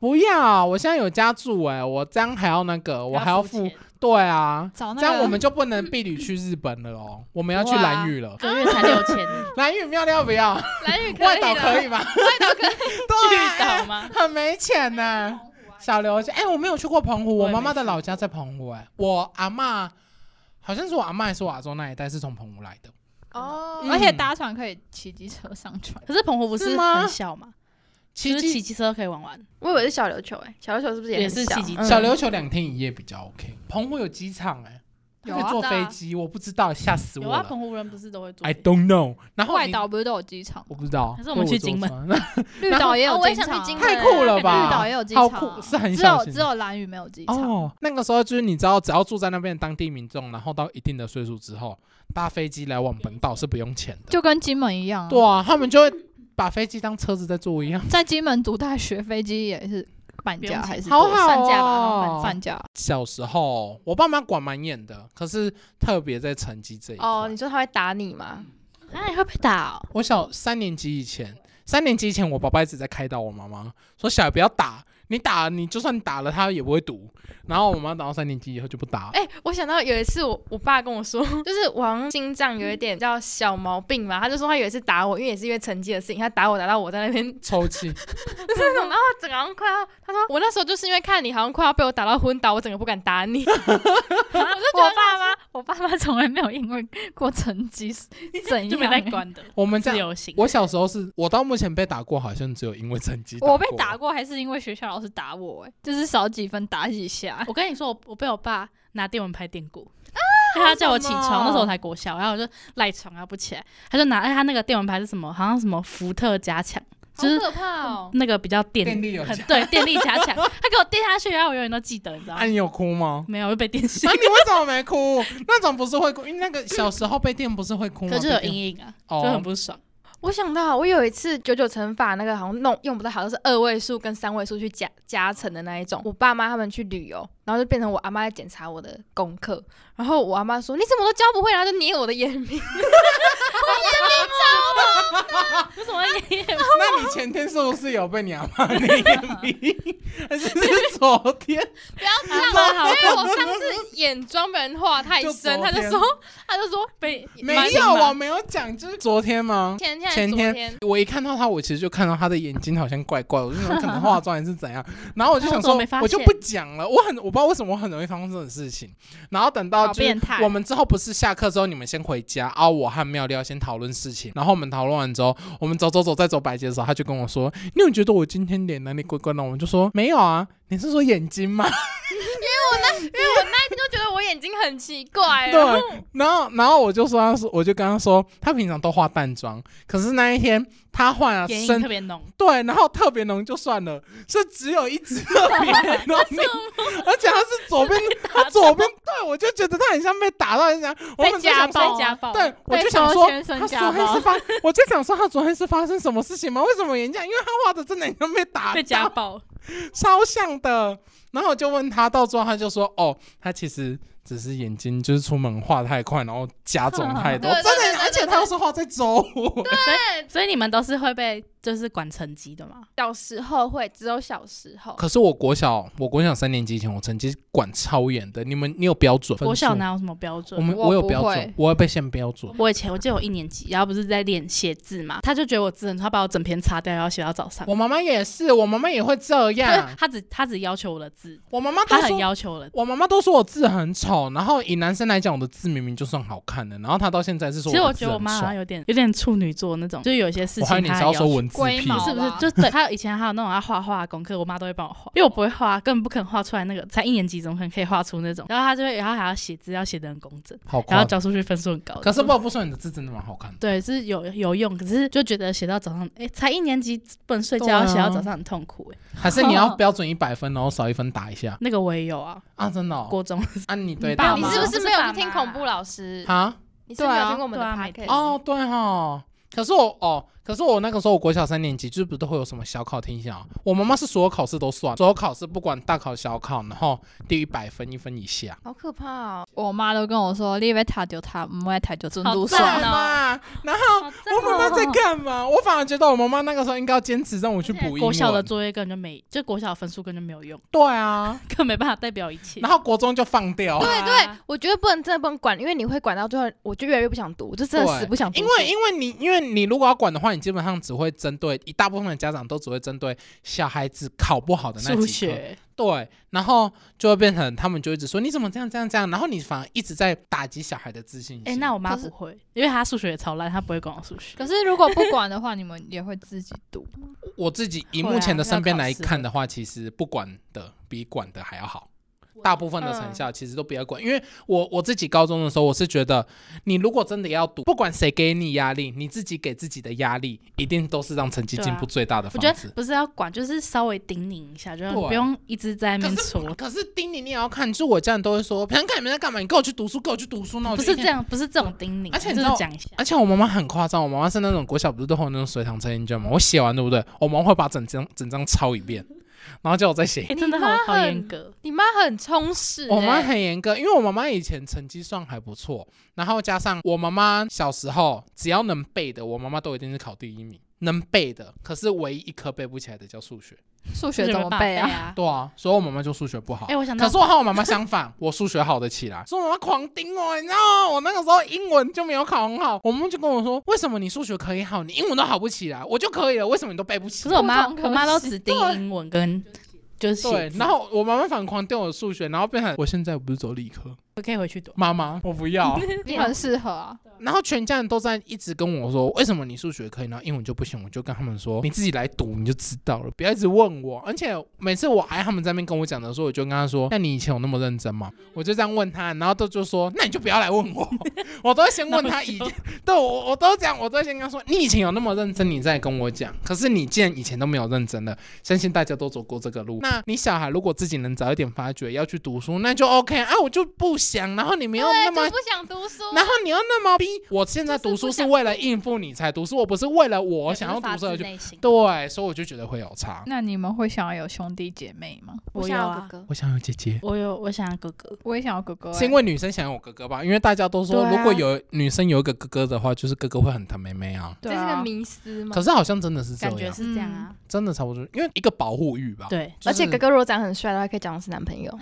B: 不要，我现在有家住哎、我这样还要那个，我还要付，对啊，
A: 找那
B: 这样
A: 个
B: 我们就不能避旅去日本了哦，我们要
D: 啊
B: 去蓝屿 了。
C: 一个月才六 千，
B: 蓝屿庙要不要？
D: 蓝雨可以
B: 外岛
D: 了
B: 可以吧？
D: 外岛可以，
B: 对啊，
C: 岛吗？
B: 很没钱呢、小刘家，哎、我没有去过澎湖，
C: 我也
B: 我
C: 没
B: 妈妈的老家在澎湖、哎，我阿嬷好像是我阿嬷还是我阿公那一代是从澎湖来的，
D: 哦
B: 嗯
A: 而且搭船可以骑机车上船，
C: 可是澎湖不
B: 是
C: 是
B: 吗
C: 很小嘛，
B: 骑
C: 就是
B: 机
C: 骑机车可以玩玩。
D: 我以为是小琉球哎，小琉球是不是
C: 也
D: 很
C: 是
D: 小
C: 七级
D: 嗯
B: 小琉球两天一夜比较 OK。澎湖有机场哎、
A: 有
B: 可以
A: 啊
B: 坐
A: 对
B: 飞
A: 啊
B: 机，我不知道，吓死
C: 有
B: 我
C: 啊，
B: 了。
C: 澎湖人不是都会做
B: I？don't know。然后
A: 外
B: 哦你
A: 岛不是都有机场
B: 我
A: 吗？
B: 不知道，
C: 还是我们去金门
B: 那我坐船
A: 绿岛也有
D: 哦我也
A: 机
D: 想
A: 场
D: 去金
A: 啊，
D: 门
B: 太酷了 吧？
A: 绿岛也有机场
B: 好
A: 啊，
B: 酷，是很
A: 只
B: 小
A: 有
B: 心
A: 只有兰屿没有机场。
B: 哦，那个时候就是你知道，只要住在那边的当地民众，然后到一定的岁数之后，搭飞机来往本岛是不用钱的。
A: 就跟金门一样、啊，
B: 对啊，他们就会把飞机当车子在坐一样。
A: 在金门读大学，飞机也是半
C: 不用
A: 价
C: 钱
A: 还是
B: 好
A: 多少
B: 好
A: 半价吧，然后
B: 哦
A: 半 半价。
B: 小时候我爸妈管蛮严的，可是特别在成绩这一块。嗯
D: 哦，你说他会打你吗？
C: 哎，会被打哦。
B: 我小三年级以前，三年级以前，我爸爸一直在开导我妈妈，说小孩不要打，你打你就算打了他也不会读。然后我妈打到三年级以后就不打了。
D: 哎、我想到有一次我我爸跟我说， 就是我好像心脏有一点叫小毛病嘛，他就说他有一次打我，因为也是因为成绩的事情，他打我打到我在那边
B: 抽泣，
D: 那种，然后他整个好像快要，他说我那时候就是因为看你好像快要被我打到昏倒，我整个不敢 打你，
A: 我爸妈，我爸妈从来没有因为过成 绩是怎
C: 就
A: 样、
C: 没在
A: 欸。
C: 管的，
B: 我们
C: 自
B: 这样，
C: 由行。
B: 我小时候是我到目前被打过，好像只有因为成绩。
A: 我被打，过，还是因为学校老师打我、欸，就是少几分打几下。
C: 我跟你说，我我被我爸拿电蚊拍电过。
B: 啊
C: 因为他叫我起
B: 好爽
C: 床，
B: 哦
C: 那时候我才国小，然后我就赖床啊不起来，他就拿哎他那个电蚊拍是什么，好像什么伏特加强，就是
D: 好可怕哦。
C: 那个比较电
B: 电力有
C: 很
B: 加
C: 对电力加强，他给我电下去，然后我永远都记得，你知道吗
B: 啊，？你有哭 吗？
C: 没有，又被电醒
B: 啊，，你为什么没哭？那种不是会哭，因为那个小时候被电不是会哭吗？
C: 可是有
B: 被电
C: 阴影啊，
B: 哦
C: 就很不爽。
D: 我想到我有一次九九乘法那个好像弄用不到，好像是二位数跟三位数去加加成的那一种。我爸妈他们去旅游，然后就变成我阿妈在检查我的功课，然后我阿妈说你怎么都教不会，然后就捏我的眼皮，
C: 为什么爷 爷
B: 那你前天是不是有被你阿妈 那个逼？还是是昨天？
D: 不要这样
C: 妈啊好
D: 因为我上次眼妆被人画太深，
B: 就昨
D: 他
B: 天
D: 就说他就说
C: 被
B: 没
C: 蛮
B: 有，
C: 蛮
B: 我没有讲，就是昨天吗？
D: 前天还
B: 前
D: 是昨
B: 天
D: 天，
B: 我一看到他，我其实就看到他的眼睛好像怪怪，我就想可能化妆还是 怎样，然后我就
C: 哦
B: 想
C: 我怎
B: 说
C: 么没发，现
B: 我就不讲了。我很我不知道为什么我很容易发生这种事情。然后等到
A: 好
B: 就是
A: 变态！
B: 我们之后不是下课之后你们先回家啊，我和妙丽要先讨论事情，然后我们讨论完之后，我们走走走再走百节的时候，他就跟我说：“你有觉得我今天脸哪里怪怪的？”我们就说：“没有啊，你是说眼睛吗？”
D: 因为我那一天就觉得我眼睛很奇怪，啊
C: 哎
D: 然后
B: 对，然后然后我就说他说，我就跟他说，他平常都化淡妆，可是那一天他化了
C: 眼影
B: 深
C: 特别浓，
B: 对，然后特别浓就算了，是只有一只特别浓你，而且他是左边，他左边对我就觉得他很像被打到，很像我
A: 被
B: 们就
A: 家
B: 想
A: 暴
B: 说，
A: 啊，
C: 家暴
B: 对我
A: 被
B: 就想
A: 周
B: 说。
A: 先生
B: 他
A: 家
B: 昨天
A: 暴
B: 是发，我就想说他昨天是发生什么事情吗？为什么人家因为他画的真的很像被打
C: 被
B: 到
C: 家暴，
B: 超像的。然后我就问他，到最后他就说：“哦，他其实只是眼睛就是出门画太快，然后加重太多，
D: 对对
B: 真的，
D: 对对
B: 而且他是画在周围。
C: 所以你们都是会被就是管成绩的嘛？
D: 小时候会，只有小时候。
B: 可是我国小，我国小三年级以前，我成绩管超严的。你们，你有标准？
C: 国小
B: 分数？
C: 哪有什么标
B: 我
C: 准？
B: 们
A: 我
B: 有
A: 不
B: 标准
A: 会，
B: 我会被限标准。
C: 我以前我记得我一年级，然后不是在练写字嘛，他就觉得我字很差，他把我整篇擦掉，然后写到早上。
B: 我妈妈也是，我妈妈也会这
C: 他
B: 样。
C: 他只他只要求我的字，
B: 我妈妈都
C: 他很
B: 说。
C: 要求我的字。
B: 我妈妈都说我字很丑，然后以男生来讲，我的字明明就算好看的，然后她到现在是说
C: 其实
B: 我
C: 我
B: 的字
C: 觉得我
B: 很
C: 妈好
B: 丑
C: 像有点有点处女座那种，就是有一些事
B: 我还以
C: 情
B: 为你
C: 她
B: 是
C: 很
B: 要
C: 要
B: 说
C: 求。
B: 文字
A: 龟
B: 癖哦
A: 毛
C: 是不是
A: 吧？
C: 就对？还有以前还有那种要画画的功课，我妈都会帮我画，因为我不会画，根本不肯画出来那个。才一年级，怎么可能可以画出那种？然后她就会，然后还要写字，要写的很工整，
B: 好
C: 然
B: 夸
C: 后
B: 张。
C: 交出去分数很高的。
B: 可是不得不说，你的字真的蛮好 看的。
C: 对，是有有用，可是就觉得写到早上，哎，才一年级不能睡
B: 对啊
C: 觉，写、到早上很痛苦哎、
B: 还是你要标准一百分，然后少一分打一下
C: 那个我也有啊，
B: 啊？真的、哦？
C: 国中
B: 啊，你对
C: 你爸妈
B: 打
D: 你
B: 吗
D: 是不是没有去听
C: 不是爸妈
D: 恐怖老师？
B: 啊？
D: 你是不是没有
A: 对啊
D: 听过我们的
C: 对啊
D: p o d
B: 哦，对哈、哦。可是我哦，可是我那个时候，我国小三年级就是不是都会有什么小考听小？我妈妈是所有考试都算，所有考试不管大考小考，然后低于一百分一分以下。
D: 好可怕哦！
A: 我妈都跟我说，你别塔丢塔，不会塔丢尊嘟
C: 好赞哦
A: 算
B: 嘛，然后我妈妈在干嘛？我反而觉得我妈妈那个时候应该要坚持让我去补英文。
C: 国小的作业根本就没，就国小的分数根本就没有用，
B: 对啊，
C: 更没办法代表一 切。
B: 然后国中就放掉。
C: 啊
D: 对对，我觉得不能真的不能管，因为你会管到最后，我就越来越不想读，我就真的
B: 对
D: 死不想读
B: 因
D: 书。
B: 为因为你因为你如果要管的话，你基本上只会针对一大部分的家长都只会针对小孩子考不好的那
C: 数
B: 几科，
C: 学，
B: 对，然后就会变成他们就一直说你怎么这样这样这样，然后你反而一直在打击小孩的自信心。
C: 哎、那我妈
A: 可是
C: 不会，因为她数学也超烂，她不会管我数学。
A: 可是如果不管的话，你们也会自己读。
B: 我自己以
C: 会啊
B: 目前的身边
C: 要考
B: 来
C: 试
B: 看的话，其实不管的比管的还要好。大部分的
C: 嗯
B: 成效其实都不要管，因为我我自己高中的时候，我是觉得你如果真的要读，不管谁给你压力，你自己给自己的压力，一定都是让成绩
C: 对啊
B: 进步最大的
C: 我
B: 方
C: 觉
B: 式
C: 得。不是要管，就是稍微叮咛一下，就是
B: 对
C: 不用一直在那边
B: 可是
C: 戳。
B: 可是叮咛你也要看，就是我家人都会说，平常看你们在干嘛，你给我去读书，给我去读书，那我
C: 不
B: 就是一天
C: 这。样，不是这种叮咛，啊
B: 而且你
C: 就
B: 知
C: 是
B: 道
C: 讲一下。
B: 而且我妈妈很夸张，我妈妈是那种国小不是都会有那种随堂测验卷吗？我写完对不对？我妈妈会把整张整张抄一遍，然后叫我再写。
C: 哎真的
D: 你
C: 好
D: 妈
C: 好
D: 很
C: 严格，
D: 你妈很充实、欸，
B: 我妈很严格，因为我妈妈以前成绩算还不错，然后加上我妈妈小时候只要能背的，我妈妈都一定是考第一名，能背的。可是唯一一科背不起来的叫数学。
A: 数
C: 数
A: 学怎
C: 没
A: 么
C: 办法
A: 背
C: 背
A: 啊？
C: 啊？
B: 对啊，所以我妈妈就数学不好。
C: 哎、我想到
B: 可是我和我妈妈相反，我数学好得起来，所以我妈妈狂盯我，你知道吗？我那个时候英文就没有考很好，我妈妈就跟我说，为什么你数学可以好，你英文都好不起来，我就可以了，为什么你都背不起
C: 可是？我妈，
A: 不同科
C: 我妈都
A: 系
C: 只盯英文跟就是写
B: 对，
C: 字。
B: 然后我妈妈反狂盯我数学，然后变成我现在不是走理科，
C: 我可以回去读。
B: 妈妈我不 要。
A: 你很适合啊，
B: 然后全家人都在一直跟我说，为什么你数学可以，然后英文就不行？我就跟他们说，你自己来读你就知道了，不要一直问我。而且每次我挨他们在那边跟我讲的时候，我就跟他说，那你以前有那么认真吗？我就这样问他，然后都就说，那你就不要来问 我，我都会先问他以前，对我我都这样，我都会先跟他说，你以前有那么认真，你再跟我讲。可是你既然以前都没有认真了，相信大家都走过这个
D: 嗯
B: 路。那你小孩如果自己能早一点发觉要去读书，那就 OK 啊，我就不想。然后你们又那
D: 对，
B: 么
D: 就不想读书。
B: 然后你要那么逼，我现在读书是为了应付你才读书，我不是为了我
C: 也
B: 想
C: 不
B: 要
C: 是发
B: 读书而
C: 自
B: 去。
C: 内心
B: 对，所以我就觉得会有差。
A: 那你们会想要有兄弟姐妹吗？
D: 我
C: 我
D: 想
C: 有
D: 要
C: 啊
D: 哥，哥，
B: 我想有姐姐，
C: 我有，我想要哥哥。
A: 我也想要哥哥、欸，
B: 是因为女生想有哥哥吧？因为大家都说，
C: 对啊
B: 如果有女生有一个哥哥的话，就是哥哥会很疼妹妹啊。
A: 对
D: 这是
A: 啊
D: 个迷思嘛
B: 可。是好像真的是
C: 嗯
B: 这
C: 感觉
B: 样，
C: 是这样啊，
B: 真的差不多，因为一个保护欲吧。
C: 对
B: 就是
D: 而且哥哥如果长得很帅的话，可以讲我是男 朋友。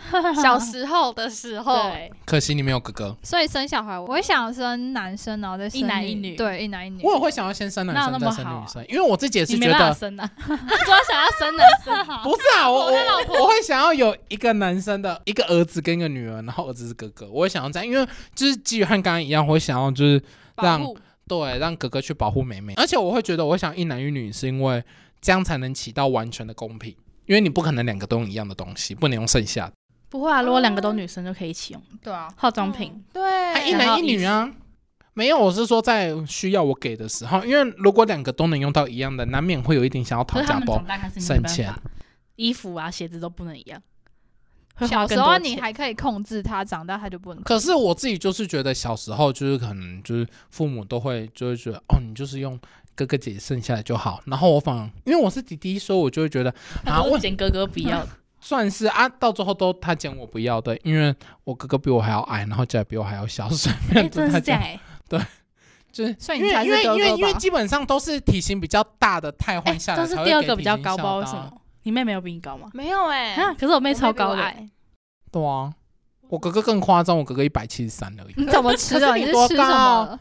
D: 小时候的时候，
C: 对，
B: 可惜你没有哥哥，
A: 所以生小孩，我会想生男生，然后再生
C: 一男一女
A: 对，一男一女。
B: 我也会想要先生男
C: 哪有
B: 生
C: 那
B: 再
C: 么
B: 生
C: 好啊
B: 女生，因为我自己也是
C: 你
B: 觉
C: 没办
B: 得
C: 法生啊，你说想要生男生，
B: 不是啊，我我我会想要有一个男生的一个儿子跟一个女儿，然后儿子是哥哥，我会想要这样，因为就是基于和刚刚一样，我会想要就是
C: 保
B: 让
C: 护
B: 对让哥哥去保护妹妹，而且我会觉得我想一男一女是因为这样才能起到完全的公平，因为你不可能两个都用一样的东西，不能用剩下的，
C: 不会啊，如果两个都女生就可以一起用
A: 对啊，
C: 化妆品，
D: 对，
B: 啊一
C: 然后
B: 男一女啊。没有，我是说在需要我给的时候，因为如果两个都能用到一样的，难免会有一点想要
C: 可
B: 讨
C: 是他
B: 价
C: 们
B: 包
C: 长。大开始
B: 省
C: 没办
B: 钱
C: 法，衣服啊、鞋子都不能一样。会花
A: 小
C: 更
A: 时候啊
C: 多
A: 你
C: 钱
A: 还可以控制他，长大他就 不能。
B: 可是我自己就是觉得小时候就是可能就是父母都会就会觉得哦，你就是用哥哥姐姐剩下的就好。然后我反而因为我是弟弟，所以我就会觉得
C: 他
B: 啊，
C: 都
B: 我
C: 是捡哥哥不要的，
B: 算是啊，到最后都他捡我不要的，因为我哥哥比我还要矮，然后家里比我还要小，所以
C: 哎，真的
B: 他
C: 是这样
B: 捡
C: 哎，
B: 就是
A: 所以
B: 因
A: 你
B: 为
A: 才
B: 因
A: 是
B: 为
A: 哥
B: 因为
A: 哥
B: 因为
A: 吧？
B: 基本上都是体型比较大的太
C: 哎
B: 换下，来
C: 都
B: 才
C: 是
B: 会给体型笑到啊，
C: 第二个比较高，不知道为什么。你妹没有比你高吗？
D: 没有哎、
C: 啊，可是我妹
D: 我
C: 超
D: 比我
C: 高的，
D: 矮
B: 对啊，我哥哥更夸张，我哥哥一百七十三而已，
A: 你怎么吃
B: 可
A: 的？
B: 是你
A: 是
B: 多
A: 吃
B: 高
A: 什么了？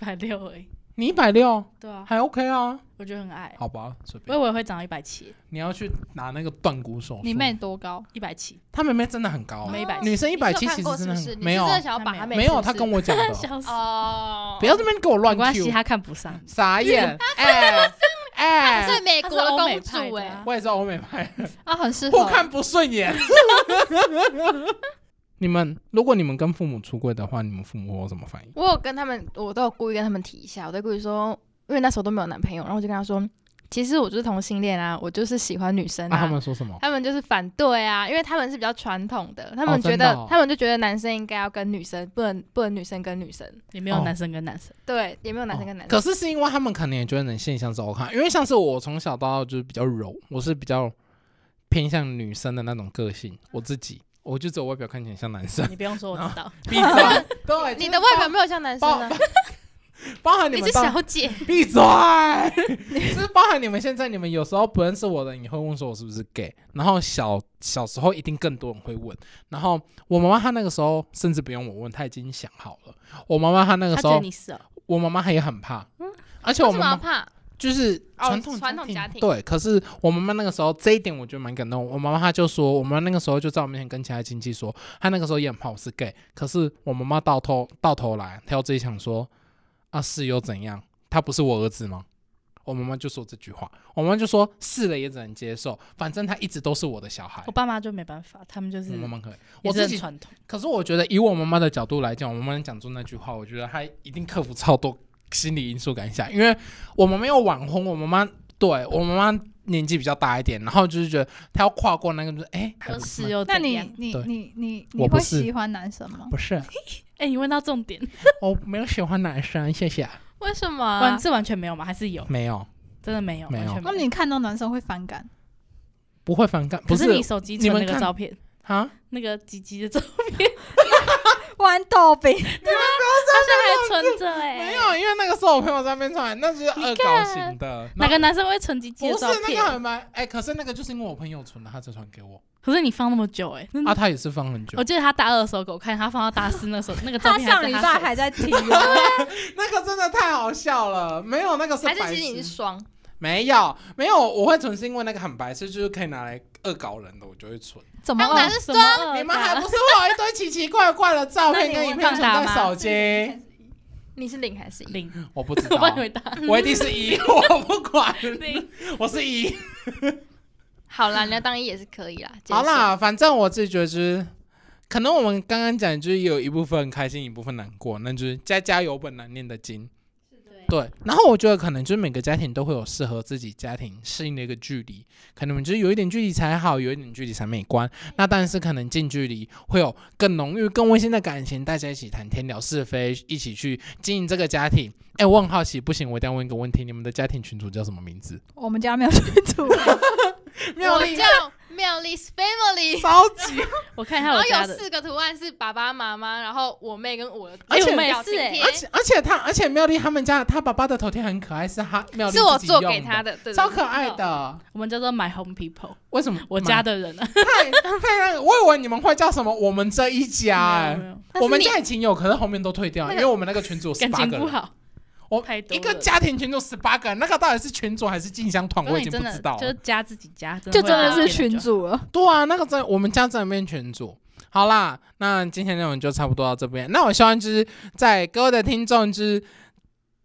C: 一百六而已。
B: 你一百六
C: 对啊，
B: 还 OK 啊，
C: 我觉得很矮，
B: 好吧，随
C: 我以
B: 便。
C: 为会长到一百七，
B: 你要去拿那个断骨手术，
A: 你妹多高？
C: 一百七，
B: 她妹妹真的很高、
C: 没
B: 欸，
C: 170
B: 女生一
D: 你
B: 百
D: 是
B: 七
D: 有
B: 其
D: 看过
B: 实
D: 是
B: 真
D: 不
B: 的
D: 是
B: 很
D: 你
B: 没有
D: 是真的想要把
C: 她
D: 她
C: 没
D: 妹
B: 没有，她
D: 她
B: 跟我讲 的，
C: 笑死，
D: 哦，
B: 不要这边给我
C: 没
B: 乱
C: 关系，
B: Q，
C: 她看不上。
B: 傻眼， 哎哎、
D: 是美
C: 她
D: 国
C: 是
D: 的
C: 欧美
D: 公
C: 派
D: 主
C: 的
D: 哎、
C: 啊
B: 我也是欧美派，
A: 啊，很适合。
B: 互看不顺眼。 你们如果你们跟父母出柜的话，你们父母会有什么反应？
D: 我有跟他们，我都有故意跟他们提一下，我都故意说，因为那时候都没有男朋友，然后我就跟他说，其实我就是同性恋啊，我就是喜欢女生
B: 那、
D: 啊。
B: 他们说什么？
D: 他们就是反对啊，因为他们是比较传统的，他
B: 哦
D: 们
B: 真
D: 觉
B: 的
D: 得、
B: 哦
D: 他们就觉得男生应该要跟女生，不能不能女生跟女生，
C: 也没有
B: 哦
C: 男生跟男生，
D: 对，也没有男生跟男生。
B: 可是是因为他们可能也觉得你现象是 OK，因为像是我从小到大就是比较柔，我是比较偏向女生的那种个性，我自己我就只有外表看起来像男 生，
C: 你不用说，我知道。
B: 闭嘴，对，
D: 你
B: 就是哎
D: 的外表没有像男生啊的，
B: 包含你
D: 你
B: 们
D: 是
B: 到
D: 小姐，
B: 闭嘴！ 就是包含你们现在，你们有时候不认识我的，你会问说我是不是 gay，然后小小时候一定更多人会问，然后我妈妈她那个时候甚至不用我问，她已经想好了。我妈妈她那个
C: 他
B: 时
C: 觉得
B: 候，
C: 你是哦，
B: 我妈妈她也很怕，而且
D: 为
B: 我
D: 什
B: 妈
D: 么
B: 妈
D: 要怕？
B: 就是
D: 哦
B: 传统
D: 传统家庭
B: 对，可是我妈妈那个时候这一点我觉得蛮感动。我妈妈她就说，我妈妈那个时候就在我面前跟其他亲戚说，她那个时候也很怕我是 gay，可是我妈妈到头到头来，她又自己想说，啊是又怎样？他不是我儿子吗？我妈妈就说这句话，我妈妈就说是了也只能接受，反正他一直都是我的小孩
C: 我。
D: 哦
C: 爸妈就没办法，他们就是
B: 我妈妈可以，
C: 也
B: 我
C: 是
B: 自
C: 很
B: 己
C: 传统。
B: 可是我觉得以我妈妈的角度来讲，我妈妈讲出那句话，我觉得她一定克服超多心理因素感想，因为我妈妈又晚婚，我妈妈对我妈妈年纪比较大一点，然后就是觉得她要跨过那个，就是哎、还
C: 我
B: 不
C: 是
B: 是
C: 又
A: 那
C: 怎
A: 你
C: 样
A: 你
B: 对
A: 你你
B: 我
A: 你
B: 不
A: 会
B: 是
A: 喜欢男生吗？
B: 不是，
C: 哎，你问到重点，
B: 我没有喜欢男生，谢谢，
D: 为什么
C: 完
D: 啊？
C: 是完全没有吗？还是有？
B: 没有，
C: 真的没有，
B: 没有
C: 完全
A: 那
C: 有。
A: 你看到男生会反感？
B: 不会反感，不
C: 可
B: 是
C: 你手机
B: 你
C: 存
B: 们
C: 那个
B: 看
C: 照片，
B: 啊，
C: 那个吉吉的照片，
A: 豌豆饼，
C: 他现在还存着
B: 没
C: 哎。
B: 有，因为那个时候我朋友在那边传，那就是恶搞型的，
C: 哪
B: 那
C: 个男生会存吉吉
B: 不
C: 的
B: 是
C: 照
B: 那个
C: 片？
B: 很蛮哎、可是那个就是因为我朋友存的，他才传给我，
C: 可是你放那么久哎，
B: 啊，他也是放很久
C: 我，记得他大二的时候给我看，他放到大四那时候，那个 照
A: 他
C: 片
A: 上
C: 在
A: 礼
C: 他
A: 拜
C: 手
A: 还 在听哦，
B: 那个真的太好笑了，没有那个是
D: 还是
B: 白
D: 其实你
B: 痴
D: 是双？
B: 没有没有，我会存是因为那个很白痴，就是可以拿来恶搞人的，我就会存。
A: 怎么
D: 当然
A: 了？
D: 是
C: 哦什
D: 双，
C: 么
B: 你
C: 恶
B: 们
C: 搞
B: 还不是会有一堆奇奇怪怪的照
C: 那
B: 片
C: 你
B: 跟影
C: 问
B: 片
C: 问
B: 存
C: 大
B: 在
C: 妈
B: 手机？
D: 你是零还是一？
C: 零？
B: 我不知
C: 我
B: 道
C: 帮你，回答。
B: 我一定是一，我不 管，
C: 零
B: 我是一。
D: 好啦，你要当一也是可以啦。
B: 好
D: 接
B: 啦，反正我自己觉得就是，可能我们刚刚讲就是有一部分开心，一部分难过，那就是家家有本难念的经。对，然后我觉得可能就是每个家庭都会有适合自己家庭适应的一个距离，可能我们就是有一点距离才好，有一点距离才美观。那但是可能近距离会有更浓郁、更温馨的感情，大家一起谈天聊是非，一起去经营这个家庭。哎，我很好奇，不行，我一定要问一个问题：你们的家庭群主叫什么名字？
A: 我们家没有去煮，
D: 受我叫妙丽 's family，
B: 超级
C: 我看一下
D: 然
C: 我
D: 后
C: 家
D: 有
C: 的，
D: 四个图案是爸爸妈妈，然后我妹跟我的，
B: 而且
D: 表情
C: 我妹是欸
D: 贴
B: 而且而且他，而且妙丽他们家他爸爸的头贴很可爱，是他妙丽
D: 是我
B: 自己
D: 做
B: 用
D: 给他
B: 的，
D: 的，对，
B: 超可爱的。
C: 我们叫做 My Home People，
B: 为什么
C: 哦我
B: 妈
C: 家的人啊。
B: 太 太让我以为你们会叫什么？我们这一
C: 没有
B: 家、哎
C: 没有
B: 我们
D: 但是
B: 家已经有，可是后面都退掉，
D: 那
B: 因
D: 个
B: 为我们那个群组有十
C: 感
B: 八
C: 情
B: 个
C: 不
B: 人，
C: 好，
B: 我
C: 太多
B: 一
C: 了
B: 个家庭群组十八个人，那个到底是群主还是进香团，
C: 如
B: 我
C: 果
B: 已
C: 你
B: 经
C: 真
B: 不
C: 的
B: 知道
C: 就是
B: 了。
C: 家自己家，真的
A: 就
C: 会
A: 真的
C: 有
A: 是
C: 变就
A: 群
C: 好。
A: 主了。
B: 对啊，那个在我们家真的变群主。好啦，那今天内容就差不多到这边。那我希望就是在各位的听众就是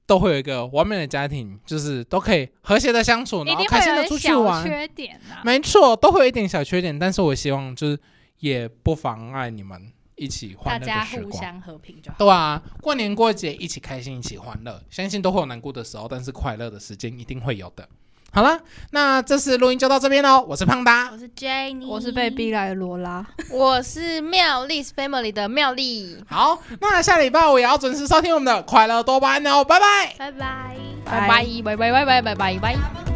B: 都会有一个完美的家庭，就是都可以和谐的相处，然后开心的出去玩。
A: 缺点啊。
B: 没错，都会有一点小缺点，但是我希望就是也不妨碍你们一起
C: 大
B: 欢乐的
C: 家
B: 时
C: 互
B: 光。
C: 相和平就好。
B: 对啊，过年过节一起开心，一起欢乐，相信都会有难过的时候，但是快乐的时间一定会有的。好啦，那这次录音就到这边喽。我是胖达，
C: 我是 Jenny，
A: 我是被逼来的罗拉，
D: 我是妙丽 's family 的妙丽，
B: 好，那下礼拜五也要准时收听我们的快乐多巴胺哦，拜拜。
D: 拜拜，
A: 拜
D: 拜拜拜拜拜拜拜拜。